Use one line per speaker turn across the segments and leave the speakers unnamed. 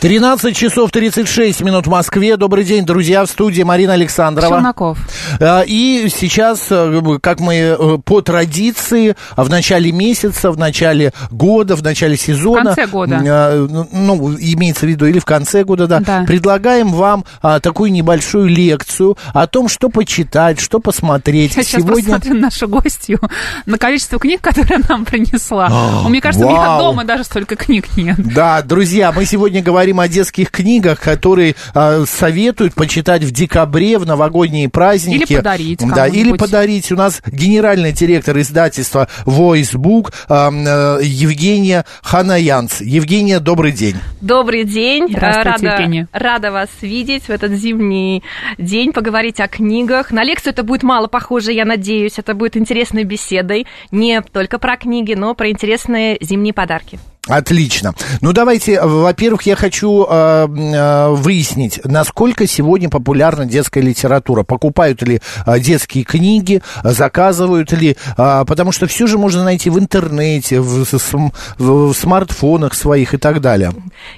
13 часов 36 минут в Москве. Добрый день, друзья, в студии Марина Александрова.
Челноков.
Э, И сейчас, э, как мы э, по традиции, в начале месяца, в начале года, в начале сезона...
В конце года.
э, ну, Ну, имеется в виду, или в конце года, да.
Да.
Предлагаем вам а, такую небольшую лекцию о том, что почитать, что посмотреть.
Я сейчас просто
Сегодня...
смотрю на нашу гостью, на количество книг, которые она нам принесла.
А,
Мне кажется, у меня
вау.
дома даже столько книг нет.
Да, друзья, мы сегодня говорим о детских книгах, которые э, советуют почитать в декабре, в новогодние праздники.
Или подарить
Да, или
кому-нибудь.
подарить. У нас генеральный директор издательства Voicebook э, э, Евгения Ханаянц. Евгения, добрый день.
Добрый день. Э,
Здравствуйте, Евгения.
рада, рада вас видеть в этот зимний день, поговорить о книгах. На лекцию это будет мало похоже, я надеюсь. Это будет интересной беседой. Не только про книги, но про интересные зимние подарки.
Отлично. Ну, давайте, э, во-первых, я хочу э, м, э, выяснить, насколько сегодня популярна детская литература. Покупают ли э, детские книги, э, заказывают ли, э, потому что все же можно найти в интернете, в, с- см- в- в смартфонах своих и так далее.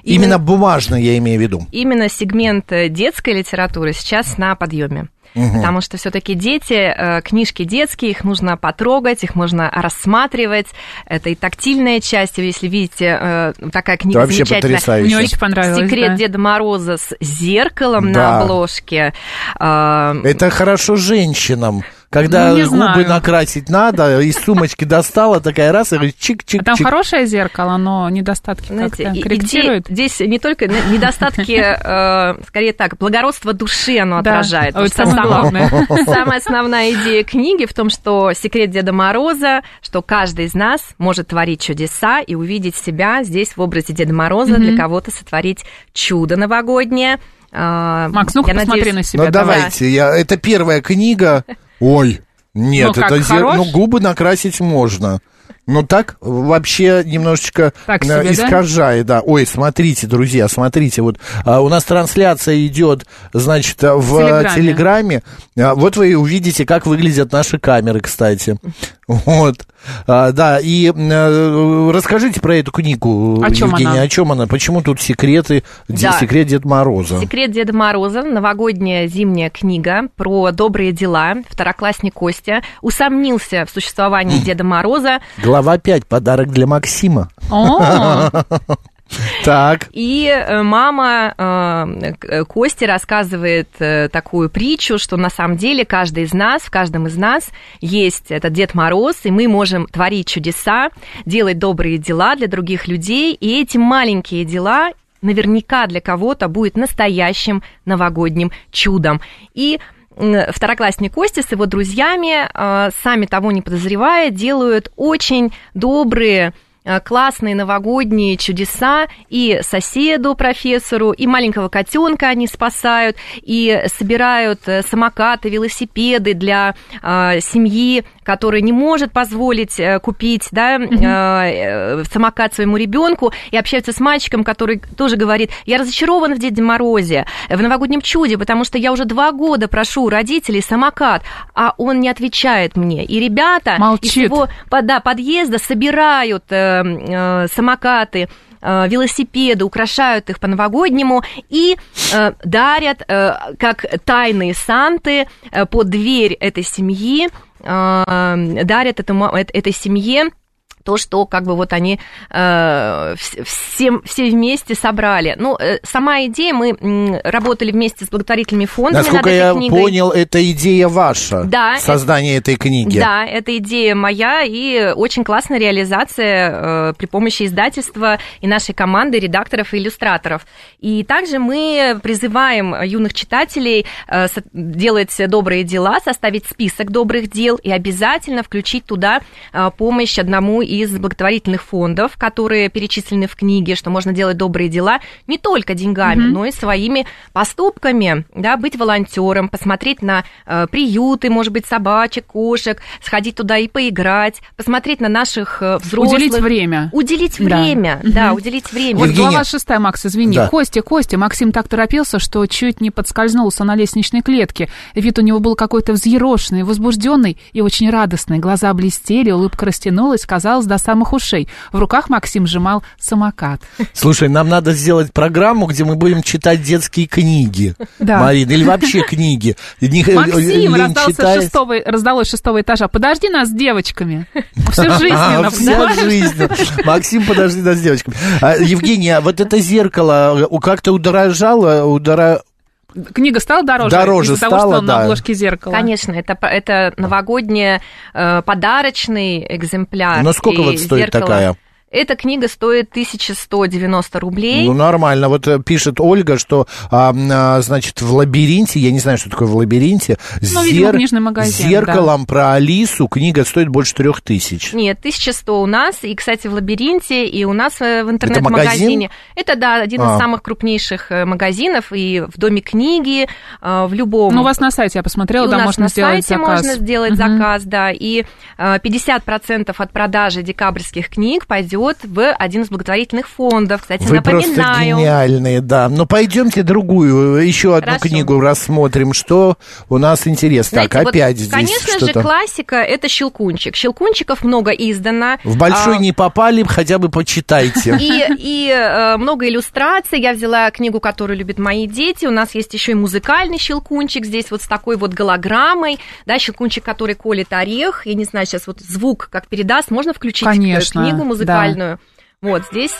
Именно,
Именно-
бумажно я имею в виду.
Именно сегмент э, детской литературы сейчас на подъеме. Потому что все-таки дети, э, книжки детские, их нужно потрогать, их можно рассматривать. Это и тактильная часть, если видите, э, такая книга
Это вообще
замечательная.
потрясающе.
Мне очень понравилось.
Секрет
да.
Деда Мороза с зеркалом
Да.
на обложке. А,
Это хорошо женщинам. Когда
Ну, не
губы
знаю.
накрасить надо, из сумочки достала такая раз и чик-чик-чик.
А Там хорошее зеркало, но недостатки
знаете, и-
как-то
и
корректирует.
де- здесь не только н- недостатки, э, скорее так, благородство души оно
Да. А
отражает.
Вот
Потому что
самое
сама-
главное.
Самая основная идея книги в том, что секрет Деда Мороза, что каждый из нас может творить чудеса и увидеть себя здесь в образе Деда Мороза,
Мгм.
для кого-то сотворить чудо новогоднее. А,
Макс, ну-ка
я
посмотри
надеюсь-
на
Ну
себя.
давайте, я, это первая книга. Ой, нет,
Ну как,
это зер-
хорош?
ну, губы накрасить можно. Но так вообще немножечко
Так
э,
себе, да?
искажает, да? Ой, смотрите, друзья, смотрите, вот а, у нас трансляция идет, значит, а, в а,
Телеграме.
Телеграме. А, вот вы и увидите, как выглядят наши камеры, кстати. Вот, А, да. И э, расскажите про эту книгу,
О чём
Евгения,
она?
о чем она? Почему тут секреты, де-
Да.
секрет Деда Мороза?
Секрет Деда Мороза, новогодняя зимняя книга про добрые дела. Второклассник Костя усомнился в существовании Деда Мороза
Глава 5. Подарок для Максима.
О,
Так.
И э, мама э, к- э, Кости рассказывает э, такую притчу, что на самом деле каждый из нас, в каждом из нас есть этот Дед Мороз, и мы можем творить чудеса, делать добрые дела для других людей, и эти маленькие дела наверняка для кого-то будет настоящим новогодним чудом. И м, второклассник Костя с его друзьями, э, сами того не подозревая, делают очень добрые э, классные новогодние чудеса и соседу профессору, и маленького котенка они спасают, и собирают э, самокаты, велосипеды для э, семьи, которая не может позволить э, купить да, э, э, самокат своему ребенку, и общаются с мальчиком, который тоже говорит, я разочарован в Деде Морозе, в новогоднем чуде, потому что я уже два года прошу у родителей самокат, а он не отвечает мне. И ребята
Молчит.
из его по- да, подъезда собирают э, м, э, самокаты, э, велосипеды, украшают их по-новогоднему и э, дарят, э, как тайные санты, э, под дверь этой семьи, э, дарят этому, эт- этой семье то, что как бы вот они э, вс- всем, все вместе собрали. Ну, э, сама идея, мы м, работали вместе с благотворительными фондами
Насколько
над этой
я
книгой.
понял, это идея ваша.
Да,
Создание этой книги.
Да, это идея моя и очень классная реализация э, при помощи издательства и нашей команды редакторов и иллюстраторов. И также мы призываем юных читателей э, со- делать добрые дела, составить список добрых дел и обязательно включить туда э, помощь одному из благотворительных фондов, которые перечислены в книге, что можно делать добрые дела не только деньгами, но и своими поступками, да, быть волонтером, посмотреть на э, приюты, может быть, собачек, кошек, сходить туда и поиграть, посмотреть на наших э, взрослых.
Уделить время.
Уделить
Да.
время, да,
Мгм.
уделить время.
Вот
Евгения.
глава шестая, Макс, извини.
Да.
Костя, Костя, Максим так торопился, что чуть не подскользнулся на лестничной клетке. Вид у него был какой-то взъерошенный, возбужденный и очень радостный. Глаза блестели, улыбка растянулась, казалось, до самых ушей. В руках Максим сжимал самокат.
Слушай, нам надо сделать программу, где мы будем читать детские книги.
Да.
Марина, или вообще книги. Не- лень
Максим раздался
читать.
шестого, раздалось шестого этажа. Подожди нас с девочками. Всю жизнь,
А,
Нина,
вся
понимаешь?
жизнь. Максим, подожди нас с девочками. А, Евгения, вот это зеркало э, как-то удорожало, удора...
Книга стала дороже?
Дороже
из-за того,
стала,
что
да.
на обложке зеркала.
Конечно, это, п- это новогодний э, подарочный экземпляр.
Ну, сколько
И
вот стоит
зеркало-
такая?
Эта книга стоит 1190 рублей.
Ну, нормально. Вот э, пишет Ольга, что, а, м, а, значит, в лабиринте, я не знаю, что такое в лабиринте,
Ну, видимо, книжный магазин,
зеркалом про Алису книга стоит больше трех тысяч.
Нет, 1100 у нас, и, кстати, в «Лабиринте», и у нас э, в
магазин?
интернет-магазине. Это, да, один
А.
из самых крупнейших э, магазинов, и в «Доме книги», э, в любом...
Ну, у вас на сайте я
И
посмотрела,
у
да,
нас
можно
на
сделать
сайте
заказ.
можно сделать
Мгм.
заказ, да. И э, 50% от продажи декабрьских книг пойдет в один из благотворительных фондов. Кстати,
Вы просто
ну, напоминаю.
гениальные, да. Ну, пойдемте другую, э, еще одну
Хорошо.
книгу рассмотрим, что у нас интересно.
Знаете,
так,
вот,
опять здесь
Конечно же,
что-то.
классика это щелкунчик. Щелкунчиков много издано.
В большой
А,
не попали, хотя бы почитайте.
И, и, э, много иллюстраций. Я взяла книгу, которую любят мои дети. У нас есть еще и музыкальный щелкунчик. Здесь вот с такой вот голограммой. Да, щелкунчик, который колет орех. Я не знаю, сейчас вот звук как передаст. Можно включить к-
Конечно,
книгу
да.
музыкальную. Вот здесь.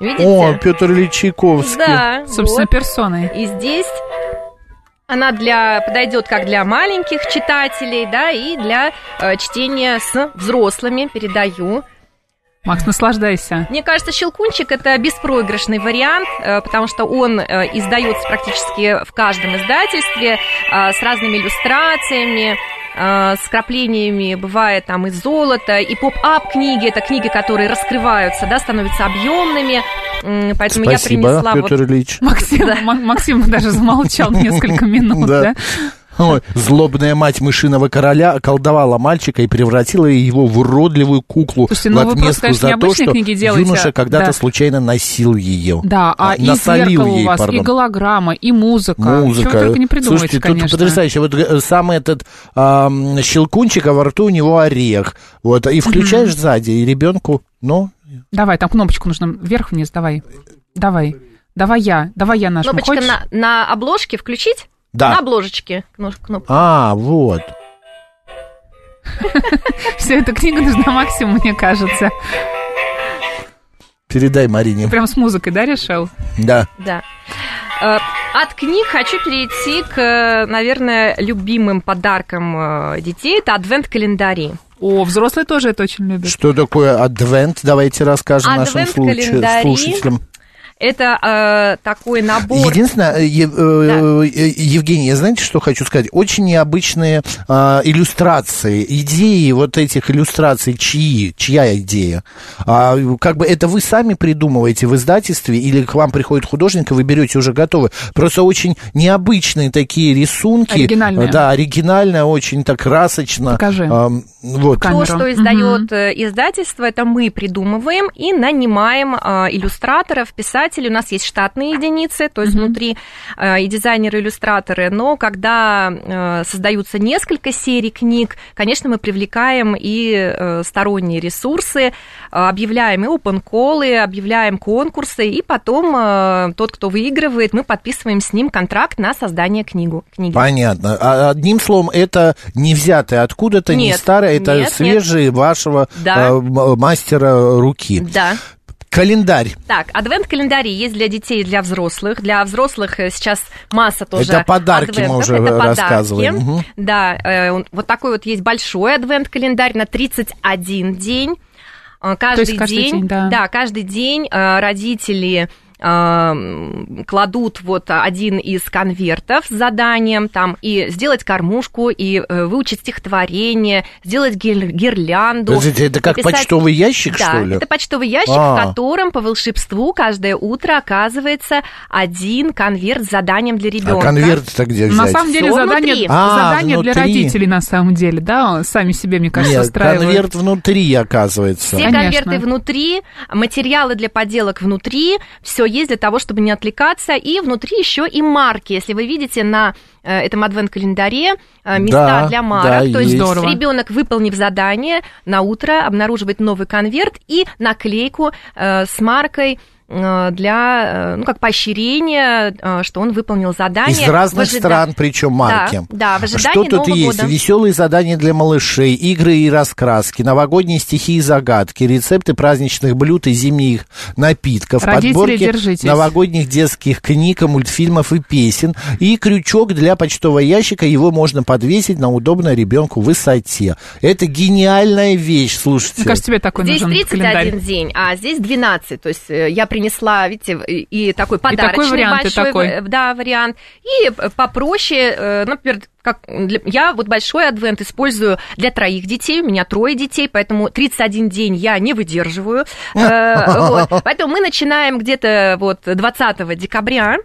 Видите?
О, Петр Ильич Чайковский.
да,
Собственно,
вот.
персоной.
И здесь она для подойдет как для маленьких читателей, да, и для э, чтения с взрослыми передаю.
Макс, наслаждайся.
Мне кажется, щелкунчик это беспроигрышный вариант, э, потому что он э, издается практически в каждом издательстве э, с разными иллюстрациями э, с краплениями бывает там и золото, и поп-ап книги, это книги, которые раскрываются, да, становятся объемными, М, поэтому я
Спасибо,
принесла вот
Петр Ильич.
Максим, Ма- Максим даже замолчал несколько минут,
Да.
Ну да?
Ой, злобная мать мышиного короля околдовала мальчика и превратила его в уродливые куклу
Слушайте,
в
ну вы
отместку
просто, конечно,
за то,
необычные
что
книги делаете.
юноша когда-то
Да.
случайно носил ее.
Да, а и
Насолил
зеркало у
ей,
вас, и
пардон.
голограмма, и музыка.
Музыка.
Чего вы только не придумаете,
Слушайте,
конечно.
тут потрясающе. Вот э, сам этот ам, щелкунчик, а во рту у него орех. Вот, и включаешь сзади, и ребенку, ну,
Давай, там кнопочку нужно вверх-вниз, давай. Давай. Давай я, давай я нажму.
кнопочка
Хочешь?
на, на обложке включить? На
да.
обложечке кно- кнопка.
А, вот.
Все, эта книга нужна Максиму, мне кажется.
Передай Марине.
Прям с музыкой, да, решил?
Да.
Да. Э, От книг хочу перейти к, э, наверное, любимым подаркам э, детей. Это адвент-календари.
О, взрослые тоже это очень любят.
Что такое адвент? Давайте расскажем нашим случ-
Адвент-календари.
слушателям.
Это э, такой набор.
Единственное, э, Ев- э, э, Евгений, я знаете, что хочу сказать? Очень необычные а, иллюстрации, идеи вот этих иллюстраций, чьи, чья идея? А, как бы это вы сами придумываете в издательстве или к вам приходит художник, и вы берете уже готовы? Просто очень необычные такие рисунки.
Оригинальные.
Да, оригинально, очень так красочно.
Покажи.
Ам, вот.
Камеру.
То, что издает э, издательство, это мы придумываем и нанимаем э, а, иллюстраторов писать писатели, у нас есть штатные единицы, то есть внутри э, и дизайнеры, и иллюстраторы, но когда э, создаются несколько серий книг, конечно, мы привлекаем и э, сторонние ресурсы, э, объявляем и open колы объявляем конкурсы, и потом э, тот, кто выигрывает, мы подписываем с ним контракт на создание книгу, книги.
Понятно. А одним словом, это не взятое откуда-то, не
Нет,
старое, это
нет, нет.
свежие вашего э,
Да.
м- мастера руки.
Да.
Календарь.
Так, адвент-календари есть для детей и для взрослых. Для взрослых э, сейчас масса тоже
Это подарки мы
адвентов.
уже
Это подарки.
рассказываем. Мгм.
Да, э, он- вот такой вот есть большой адвент-календарь на 31 день. Э, Каждый,
есть каждый день, да.
каждый день э, родители э, м, кладут вот один из конвертов с заданием там и сделать кормушку и э, выучить стихотворение сделать гир- гирлянду
Подождите, это как
написать-
почтовый ящик,
да,
что ли?
это почтовый ящик,
А.
в котором по волшебству каждое утро оказывается один конверт с заданием для
А
ребенка.
конверт-то где взять?
На самом деле
Всё
задание,
внутри.
А,
задание для
внутри.
родителей, на самом деле, да, сами себе, мне кажется,
Нет,
устраивают.
конверт внутри, оказывается.
Все
Конечно.
конверты внутри, материалы для поделок внутри, все есть для того, чтобы не отвлекаться. И внутри еще и марки. Если вы видите на э, этом адвент-календаре э, места
Да,
для
да,
марок, то есть
есть.
Здорово.
ребенок, выполнив задание, на утро обнаруживает новый конверт и наклейку э, с маркой э, для, э, ну, как поощрение, э, что он выполнил задание.
Из разных
в ожида-
стран, причем марки.
А
Да, да, в ожидании
Что тут
Нового
есть?
года.
Веселые задания для малышей, игры и раскраски, новогодние стихи и загадки, рецепты праздничных блюд и зимних напитков,
Родители,
подборки
держитесь.
новогодних детских книг, и мультфильмов и песен, и крючок для почтового ящика, его можно подвесить на удобной ребенку высоте. Это гениальная вещь, слушайте.
Мне кажется, тебе такой
Здесь
нужен
31
календарь.
день, а здесь 12. То есть э, я принесла, видите, и и такой подарочный
вариант, и
большой
такой.
э, Да, вариант. И э, попроще, э, например, как для- я вот большой адвент использую для троих детей, у меня трое детей, поэтому 31 день я не выдерживаю. Э, вот. Поэтому мы начинаем где-то вот 20 декабря.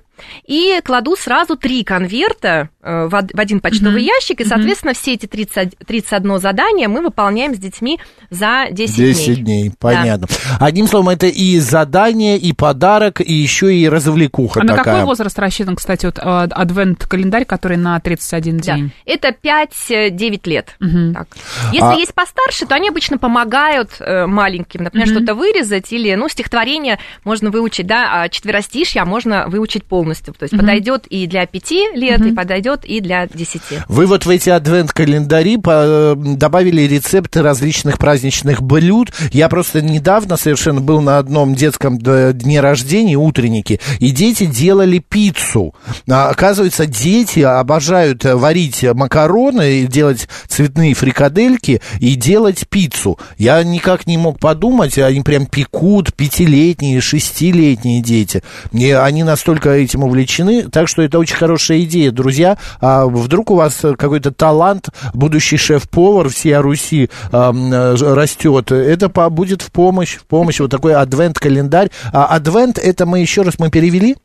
И кладу сразу три конверта э, в од- в один почтовый ящик, и, соответственно, все эти 30, 31 задание мы выполняем с детьми за 10,
10
дней.
дней, понятно. Одним словом, это и задание, и подарок, и еще и развлекуха
А на
такая.
какой возраст рассчитан, кстати, вот э, адвент-календарь, который на 31
Да.
день?
Это 5-9 лет. Так. Если
А-
есть постарше, то они обычно помогают э, маленьким, например, что-то вырезать или, ну, стихотворение можно выучить, да, а четверостишье можно выучить полностью. То есть подойдет и для 5 лет, и подойдет и для 10.
Вы вот в эти адвент-календари по- э, добавили рецепты различных праздничных блюд. Я просто недавно совершенно был на одном детском д- дне рождения, утренники, и дети делали пиццу. А, Оказывается, дети обожают э, варить макароны, и делать цветные фрикадельки и делать пиццу. Я никак не мог подумать, они прям пекут, пятилетние, шестилетние дети. И они настолько этим увлечены, так что это очень хорошая идея, друзья. А вдруг у вас э, какой-то талант, будущий шеф-повар всей Руси эм, э, ж- растет, это по- будет в помощь, в помощь вот такой адвент-календарь. А адвент, это мы еще раз, мы перевели?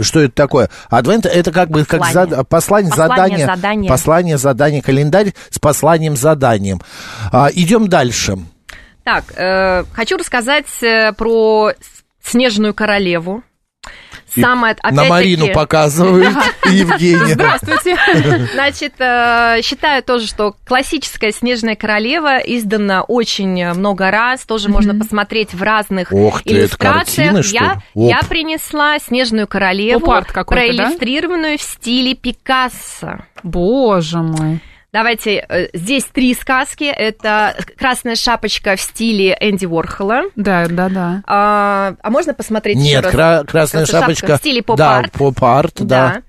Что это такое? Адвент это как бы как
Послание.
зад- послание,
Послание,
задание,
задание.
послание, задание, календарь с посланием, заданием. А, идем дальше.
Так, э, хочу рассказать э, про с- снежную королеву.
И
Самое,
На
опять-таки,
Марину показывают Евгения.
Здравствуйте.
Значит, э, считаю тоже, что классическая «Снежная королева» издана очень много раз, тоже можно посмотреть в разных
Ох ты, это
иллюстрациях.
картины, что ли?
я,
Оп.
я принесла «Снежную королеву»,
Поп-арт какой-то, да?
проиллюстрированную в стиле Пикассо.
Боже мой.
Давайте, э, здесь три сказки. Это «Красная шапочка» в стиле Энди Уорхола.
Да, да, да.
А, а можно посмотреть
Нет,
еще раз?
кра- красная шапочка.
в стиле
Да,
поп-арт.
поп-арт, да.
Да.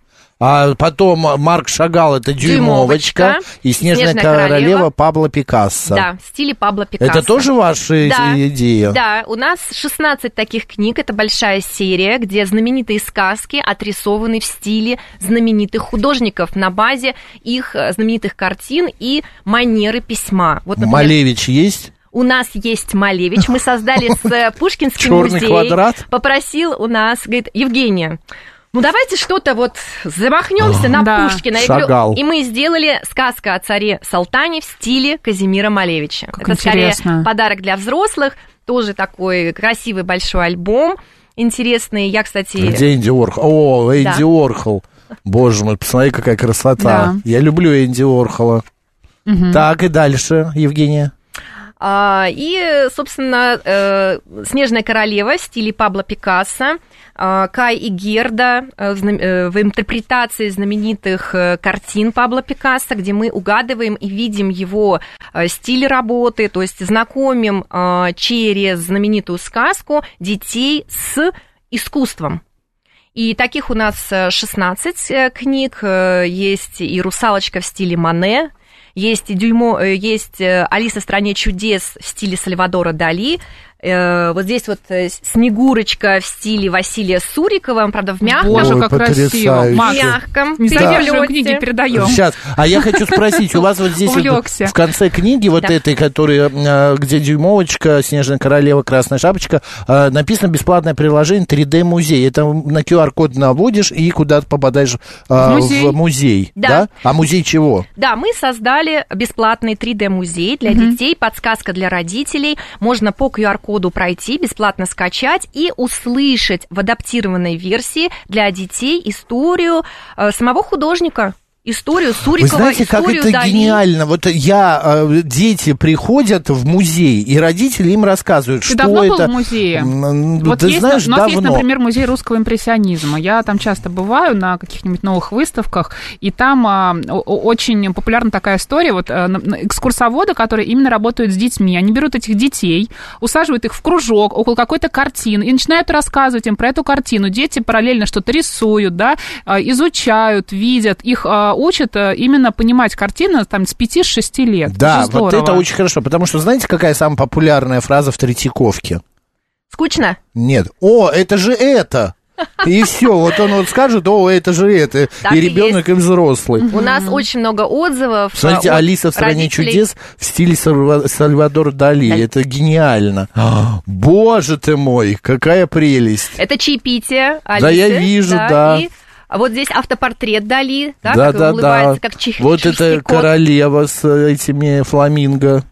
А потом Марк Шагал это дюймовочка
Дюймовочка.
и снежная
«Снежная
королева
королева»
Пабло Пикассо.
Да, в стиле Пабло Пикассо.
Это тоже ваши
Да,
эти идеи?
Да, у нас 16 таких книг, это большая серия, где знаменитые сказки отрисованы в стиле знаменитых художников на базе их э, знаменитых картин и манеры письма. Вот, например,
Малевич есть?
у нас есть Малевич, мы создали с э, Пушкинским
Чёрный
музеем.
квадрат.
Попросил у нас, говорит, Евгения, ну давайте что-то вот замахнемся на
Да.
Пушкина. Я
Шагал.
говорю, и мы сделали сказка о царе Салтане в стиле Казимира Малевича.
Как
Это
интересно.
скорее подарок для взрослых, тоже такой красивый большой альбом. интересные. Я, кстати...
Где Энди Орхол? О, Энди
Да.
Орхол. Боже мой, посмотри, какая
Да.
красота. Я люблю Энди Орхола. Так, и дальше, Евгения.
А, И, собственно, э, «Снежная королева» в стиле Пабло Пикассо, а, Кай и Герда э, в знам- э, в интерпретации знаменитых э, картин Пабло Пикассо, где мы угадываем и видим его э, стиль работы, то есть знакомим э, через знаменитую сказку детей с искусством. И таких у нас э, 16 э, книг. Э, Есть и «Русалочка» в стиле Мане, есть, и дюймо, э, есть э, «Алиса в стране чудес» в стиле Сальвадора Дали. Э, Вот здесь вот э, «Снегурочка» в стиле Василия Сурикова, правда, в мягком.
Боже,
Ой,
как
потрясающе.
красиво.
В
Макс,
мягком.
не задерживаем
переплёте.
книги, передаем.
Сейчас. А я хочу спросить, у вас вот здесь вот
Увлекся.
в конце книги вот
Да.
этой, которая, э, где дюймовочка, снежная королева, красная шапочка, э, написано бесплатное приложение 3D-музей. Это на QR-код наводишь и куда-то попадаешь э, в
музей.
музей. да.
Да.
А музей чего?
Да, мы создали бесплатный 3D-музей для детей, подсказка для родителей. Можно по QR-коду пройти, бесплатно скачать и услышать в адаптированной версии для детей историю э, самого художника. Историю
Вы
Сурикова,
знаете, как
историю
это
Дали.
гениально. Вот я, э, дети приходят в музей, и родители им рассказывают,
Ты
что
давно был
это.
в музее?
М,
Вот
Ну, ты
есть,
знаешь,
у нас есть,
давно.
например, музей русского импрессионизма. Я там часто бываю на каких-нибудь новых выставках, и там а, о- о- очень популярна такая история. Вот а, на- на- экскурсоводы, которые именно работают с детьми, они берут этих детей, усаживают их в кружок около какой-то картины и начинают рассказывать им про эту картину. Дети параллельно что-то рисуют, да, а, изучают, видят, их а, учат а, именно понимать картину там с 5-6 лет.
Да,
Очень
вот это
здорово.
очень хорошо, потому что знаете, какая самая популярная фраза в Третьяковке?
Скучно?
Нет. О, это же это! И все, вот он вот скажет, о, это же это.
Так
И
и
ребенок, и взрослый.
У нас очень много отзывов. э,
Смотрите,
от
Алиса в стране
родителей.
чудес в стиле Сальва- Сальвадор Дали.
Дали.
Это гениально. А, Боже ты мой, какая прелесть.
Это чаепитие Алисы.
Да, я вижу, да.
и вот здесь автопортрет Дали, да,
Да,
как
да, да.
улыбается, как чих-
Вот
чешский
это
кот.
королева с э, этими фламинго.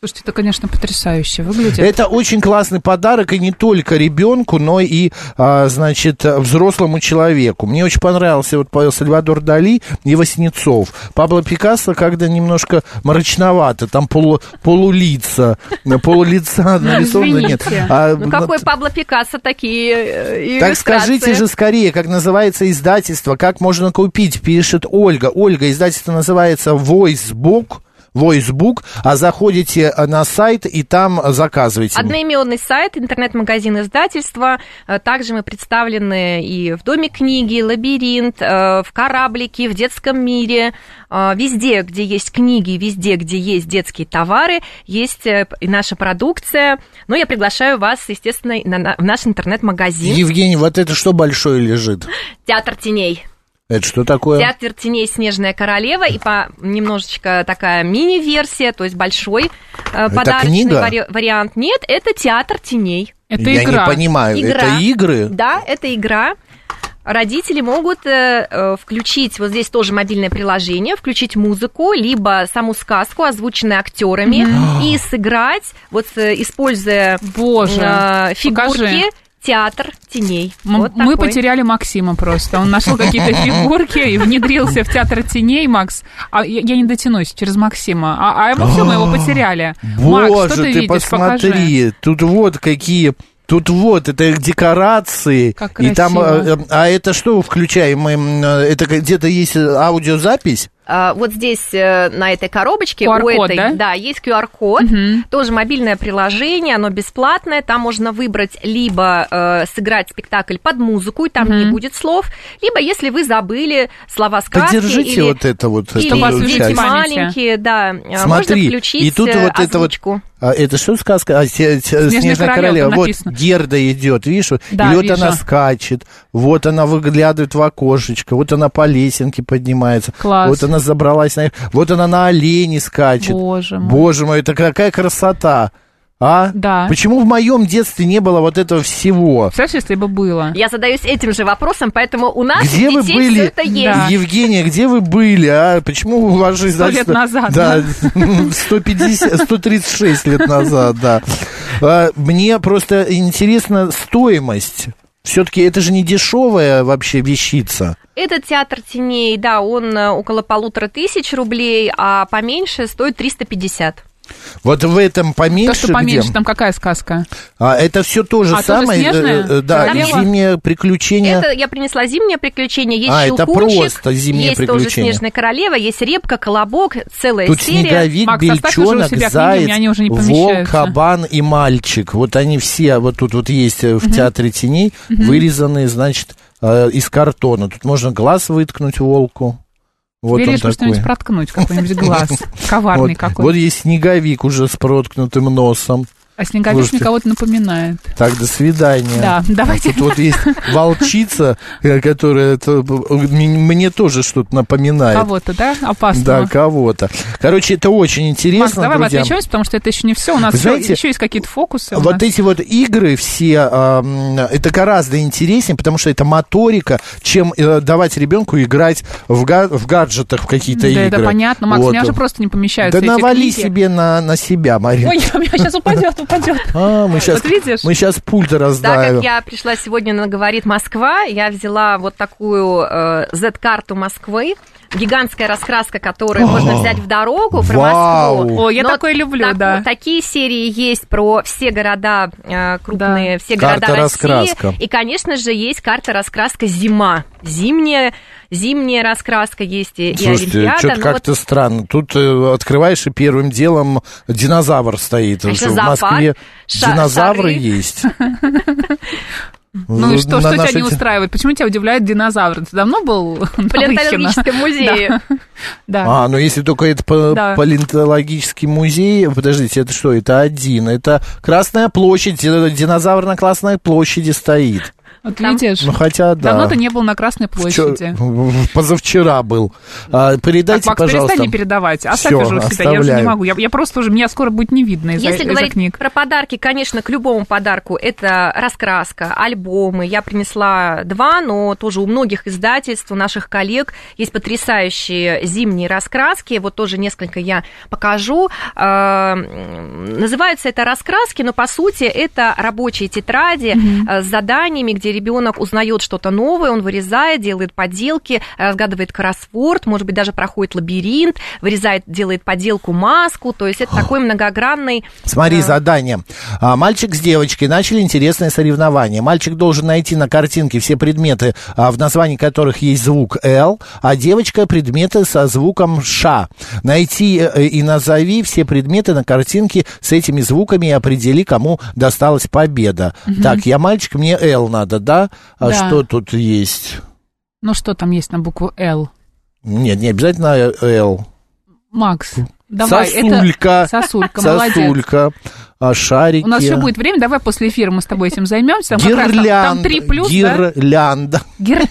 Слушайте, это, конечно, потрясающе выглядит.
Это очень классный подарок и не только ребенку, но и, а, значит, взрослому человеку. Мне очень понравился вот по- Сальвадор Дали и Васнецов. Пабло Пикассо, когда немножко мрачновато, там полу, полулица, э, полулица нарисовано, нет.
извините.
А,
Ну, какой Пабло Пикассо такие э,
так
иллюстрации.
скажите же скорее, как называется издательство, как можно купить, пишет Ольга. Ольга, издательство называется Voicebook, Voicebook, а заходите э, на сайт и там заказывайте.
Одноименный сайт, интернет-магазин издательства. Э, Также мы представлены и в Доме книги, Лабиринт, э, в Кораблике, в Детском мире. Э, Везде, где есть книги, везде, где есть детские товары, есть э, и наша продукция. Но я приглашаю вас, естественно, и на- на- в наш интернет-магазин
Евгений, вот это что большое лежит?
«Театр теней».
Это что такое?
Театр теней «Снежная королева» и по немножечко такая мини-версия, то есть большой э, подарочный
книга?
вари- вариант. Нет, это театр теней.
Это
Я
игра.
не понимаю.
Игра.
Это игры?
Да, это игра. Родители могут э, э, включить, вот здесь тоже мобильное приложение, включить музыку, либо саму сказку, озвученную актерами, и сыграть, вот э, используя
Боже,
э, фигурки,
покажи.
театр теней.
М-
Вот
Мы
такой.
потеряли Максима просто. Он нашел какие-то фигурки и внедрился в театр теней, Макс. А я, я не дотянусь через Максима. А, а его все, мы его потеряли.
Боже,
Макс, что ты,
ты,
видишь?
посмотри,
Покажи.
тут вот какие. Тут вот, это их декорации.
Как
и там,
красиво.
э, э, а это что включаем? мы, м, э, Это где-то есть э, аудиозапись?
А, вот здесь э, на этой коробочке у
QR-код,
этой,
да?
есть QR-код, тоже мобильное приложение, оно бесплатное, там можно выбрать либо э, сыграть спектакль под музыку и там не будет слов, либо если вы забыли слова сказки
Поддержите
или,
вот это вот.
или
чтобы
вас
дети
включать.
получать.
маленькие, да, э, можно
Смотри,
включить
и тут
э,
вот это вот,
озвучку.
а, это что сказка? А, те- те- Снежная, королева.
королева»
Вот
написано.
Герда идет, видишь? вот?
Да,
и вот
вижу.
она скачет, вот она выглядывает в окошечко, вот она по лесенке поднимается.
Класс.
Вот она забралась на... Вот она на олене скачет.
Боже мой.
Боже мой, это какая красота. А?
Да.
Почему в моем детстве не было вот этого всего?
Представляешь, если бы было?
Я задаюсь этим же вопросом, поэтому у нас
Где
у
вы
детей все
были,
это есть.
Да.
Евгения, где вы были, а? Почему у вас жизнь...
Сто лет
дальше-
назад,
Да, 150, 136 лет назад, да. А, Мне просто интересна стоимость. Все-таки это же не дешевая вообще вещица.
Этот театр теней, да, он э, около полутора тысяч рублей, а поменьше стоит 350.
Вот в этом
То,
поменьше,
что поменьше,
где?
там какая сказка?
А, это все то же
А, тоже
самое. э,
снежное?
э, да, и
Королева?
зимнее приключение.
Это я принесла зимнее приключение, есть
А, это
щелкунчик,
просто зимнее
есть тоже
приключение.
снежная королева, есть репка, колобок, целая
Э,
Тут
серия.
снеговик,
Макс, оставь уже у
бельчонок,
себя книги,
заяц,
они уже не
волк,
помещаются.
кабан и мальчик. Вот они все а вот тут вот есть э, в театре теней, вырезанные, значит, э, из картона. Тут можно глаз выткнуть волку. Вот
Тебе
он
лишь бы
такой.
что-нибудь проткнуть, какой-нибудь глаз. Коварный
Вот,
какой.
вот есть снеговик уже с проткнутым носом.
а снеговик
слушайте.
мне кого-то напоминает.
Так, до свидания.
Да, давайте.
Тут вот есть волчица, э, которая это, э, м- мне тоже что-то напоминает.
Кого-то, да? Опасного.
Да, кого-то. Короче, это очень
Макс,
интересно,
давай мы
друзья.
отвлечемся, потому что это еще не все. У нас
Вы
еще-
знаете, а
еще есть какие-то фокусы. у
Вот
нас.
эти вот игры все, а, м, это гораздо интереснее, потому что это моторика, чем э, давать ребенку играть в, га- в гаджетах в какие-то
Да,
игры.
это понятно. Макс, у
Вот.
меня же просто не помещаются
Да
эти
навали
книги.
себе на, на себя, Мария.
Ой, у меня сейчас упадет, упадет.
А, мы сейчас,
Вот видишь?
мы сейчас пульт
Так
раздавим.
как я пришла сегодня на «Говорит Москва», я взяла вот такую э, Z-карту Москвы, гигантская раскраска, которую можно взять в дорогу про
Вау!
Москву.
О, я
Но
такое люблю,
так-
да.
Такие серии есть про все города э, крупные, все
Карта
города
раскраска.
России. И, конечно же, есть карта раскраска «Зима». Зимняя, зимняя раскраска есть и, и
Слушайте,
ну
Олимпиада.
что-то
но
как-то странно. Тут э, открываешь, и первым делом динозавр стоит.
А еще
в
зоопарк,
Москве
ша-
динозавры
шары.
есть. Э,
Ну и что, что тебя не
устраивает?
устраивает? Почему тебя удивляет динозавр? Ты давно был
В палеонтологическом музее.
Да.
А, ну если только это па-
Да.
палеонтологический музей, подождите, это что, это один, это Красная площадь, э, динозавр на Красной площади стоит.
Вот видишь.
Ну хотя, да.
Давно ты не был на Красной
Чё- Ну,
площади.
Позавчера был. А,
Так,
передайте,
Макс,
пожалуйста.
перестань не передавать. а? Оставь
Всё,
уже у себя, я уже не
оставляю.
могу. Я, я просто уже, меня скоро будет не видно из-за
Если
из-за
говорить
книг.
про подарки, конечно, к любому подарку это раскраска, альбомы. Я принесла два, но тоже у многих издательств, у наших коллег есть потрясающие зимние раскраски. Вот тоже несколько я покажу. Э, м, Называются это раскраски, но по сути это рабочие тетради э, с заданиями, где ребенок узнает что-то новое, он вырезает, делает поделки, разгадывает кроссворд, может быть, даже проходит лабиринт, вырезает, делает поделку маску. То есть это такой многогранный
Смотри, задание. А, мальчик с девочкой начали интересное соревнование. Мальчик должен найти на картинке все предметы, а, в названии которых есть звук «Л», а девочка – предметы со звуком «Ш». Найти э, и назови все предметы на картинке с этими звуками и определи, кому досталась победа. Так, я мальчик, мне «Л» надо, да? А
Да.
что тут есть?
Ну что там есть на букву «Л»?
Нет, не обязательно «Л».
Макс, давай.
Сосулька.
Это... Сосулька, молодец.
Сосулька, а, шарики.
У нас еще будет время, давай после эфира мы с тобой этим займемся. Там, как раз там-
Гирлянда.
там три плюс, да?
Гирлянда.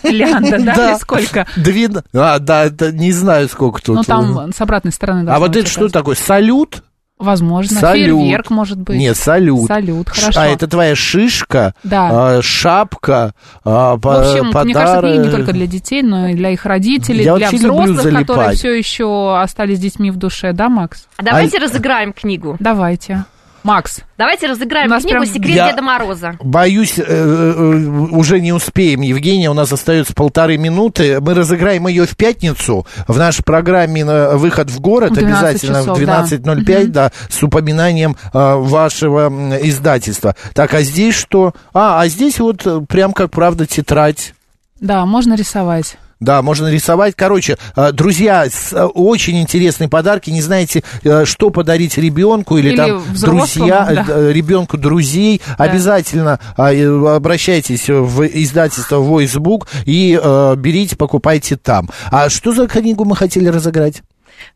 Гирлянда, да?
Да.
Или сколько?
Двин- А, да, это не знаю, сколько тут.
Ну там с обратной стороны
А
должно
вот
быть
это что
раз.
такое? Салют?
Возможно.
Салют.
Фейерверк, может быть.
Нет, салют.
Салют,
Ш-
хорошо.
А это твоя шишка,
Да.
а, шапка, а,
В
по-
общем, мне кажется,
подарок.
книги не только для детей, но и для их родителей,
Я
для
вообще люблю
взрослых, которые
залипать.
все еще остались детьми в душе, да, Макс?
А
э,
Давайте разыграем книгу.
Давайте. Макс,
Давайте разыграем
У нас
книгу
прям-
«Секрет
Я-
Деда Мороза».
Боюсь, э, э, уже не успеем. Евгения, у нас остается полторы минуты. Мы разыграем ее в пятницу в нашей программе э, «Выход в город».
В 12
Обязательно
часов,
в
да.
12.05, да, с упоминанием э, вашего м, издательства. Так, а здесь что? А, а здесь вот э, прям как правда тетрадь.
да, можно рисовать.
Да, можно рисовать. Короче, э, друзья, с- э, очень интересные подарки. Не знаете, э, что подарить ребенку или,
Или
там
взрослому,
друзья, э,
да.
э, ребенку друзей. Обязательно а, э, обращайтесь в издательство Voicebook и э, берите, покупайте там. А что за книгу мы хотели разыграть?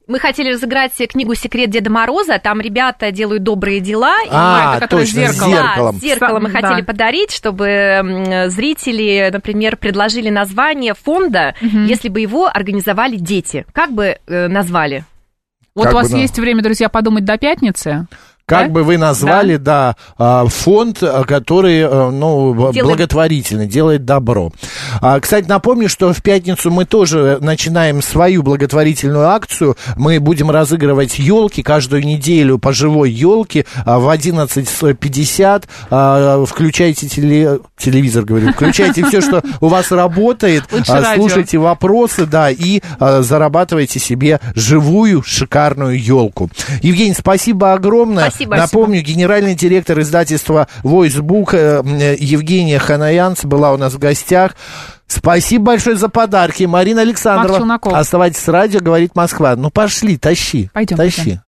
Мы хотели разыграть книгу «Секрет Деда Мороза». Там ребята делают добрые дела. и-
Ну,
а,
это которая с
точно, с
зеркалом.
зеркалом.
Да, с зеркалом мы
Сам-
хотели
да.
подарить, чтобы м, зрители, например, предложили название фонда, если бы его организовали дети. Как бы э, назвали?
Вот
Как
у
бы
вас
да.
есть время, друзья, подумать до пятницы.
Как
да?
бы вы назвали, да, а, фонд, а, который, э, ну, б-
Делает-
благотворительный, делает добро. А, Кстати, напомню, что в пятницу мы тоже начинаем свою благотворительную акцию. Мы будем разыгрывать елки каждую неделю по живой елке в 11.50. А, Включайте теле... телевизор, говорю, включайте все, что у вас работает,
Лучше
а,
радио.
слушайте вопросы, да, и а, зарабатывайте себе живую шикарную елку. Евгений, спасибо огромное.
Спасибо,
Напомню, генеральный директор издательства Voicebook э, м, Евгения Ханаянц была у нас в гостях. Спасибо большое за подарки. Марина Александрова.
Челноков.
Оставайтесь с радио, говорит Москва. Ну пошли, тащи.
Пойдем,
Тащи.
пойдем.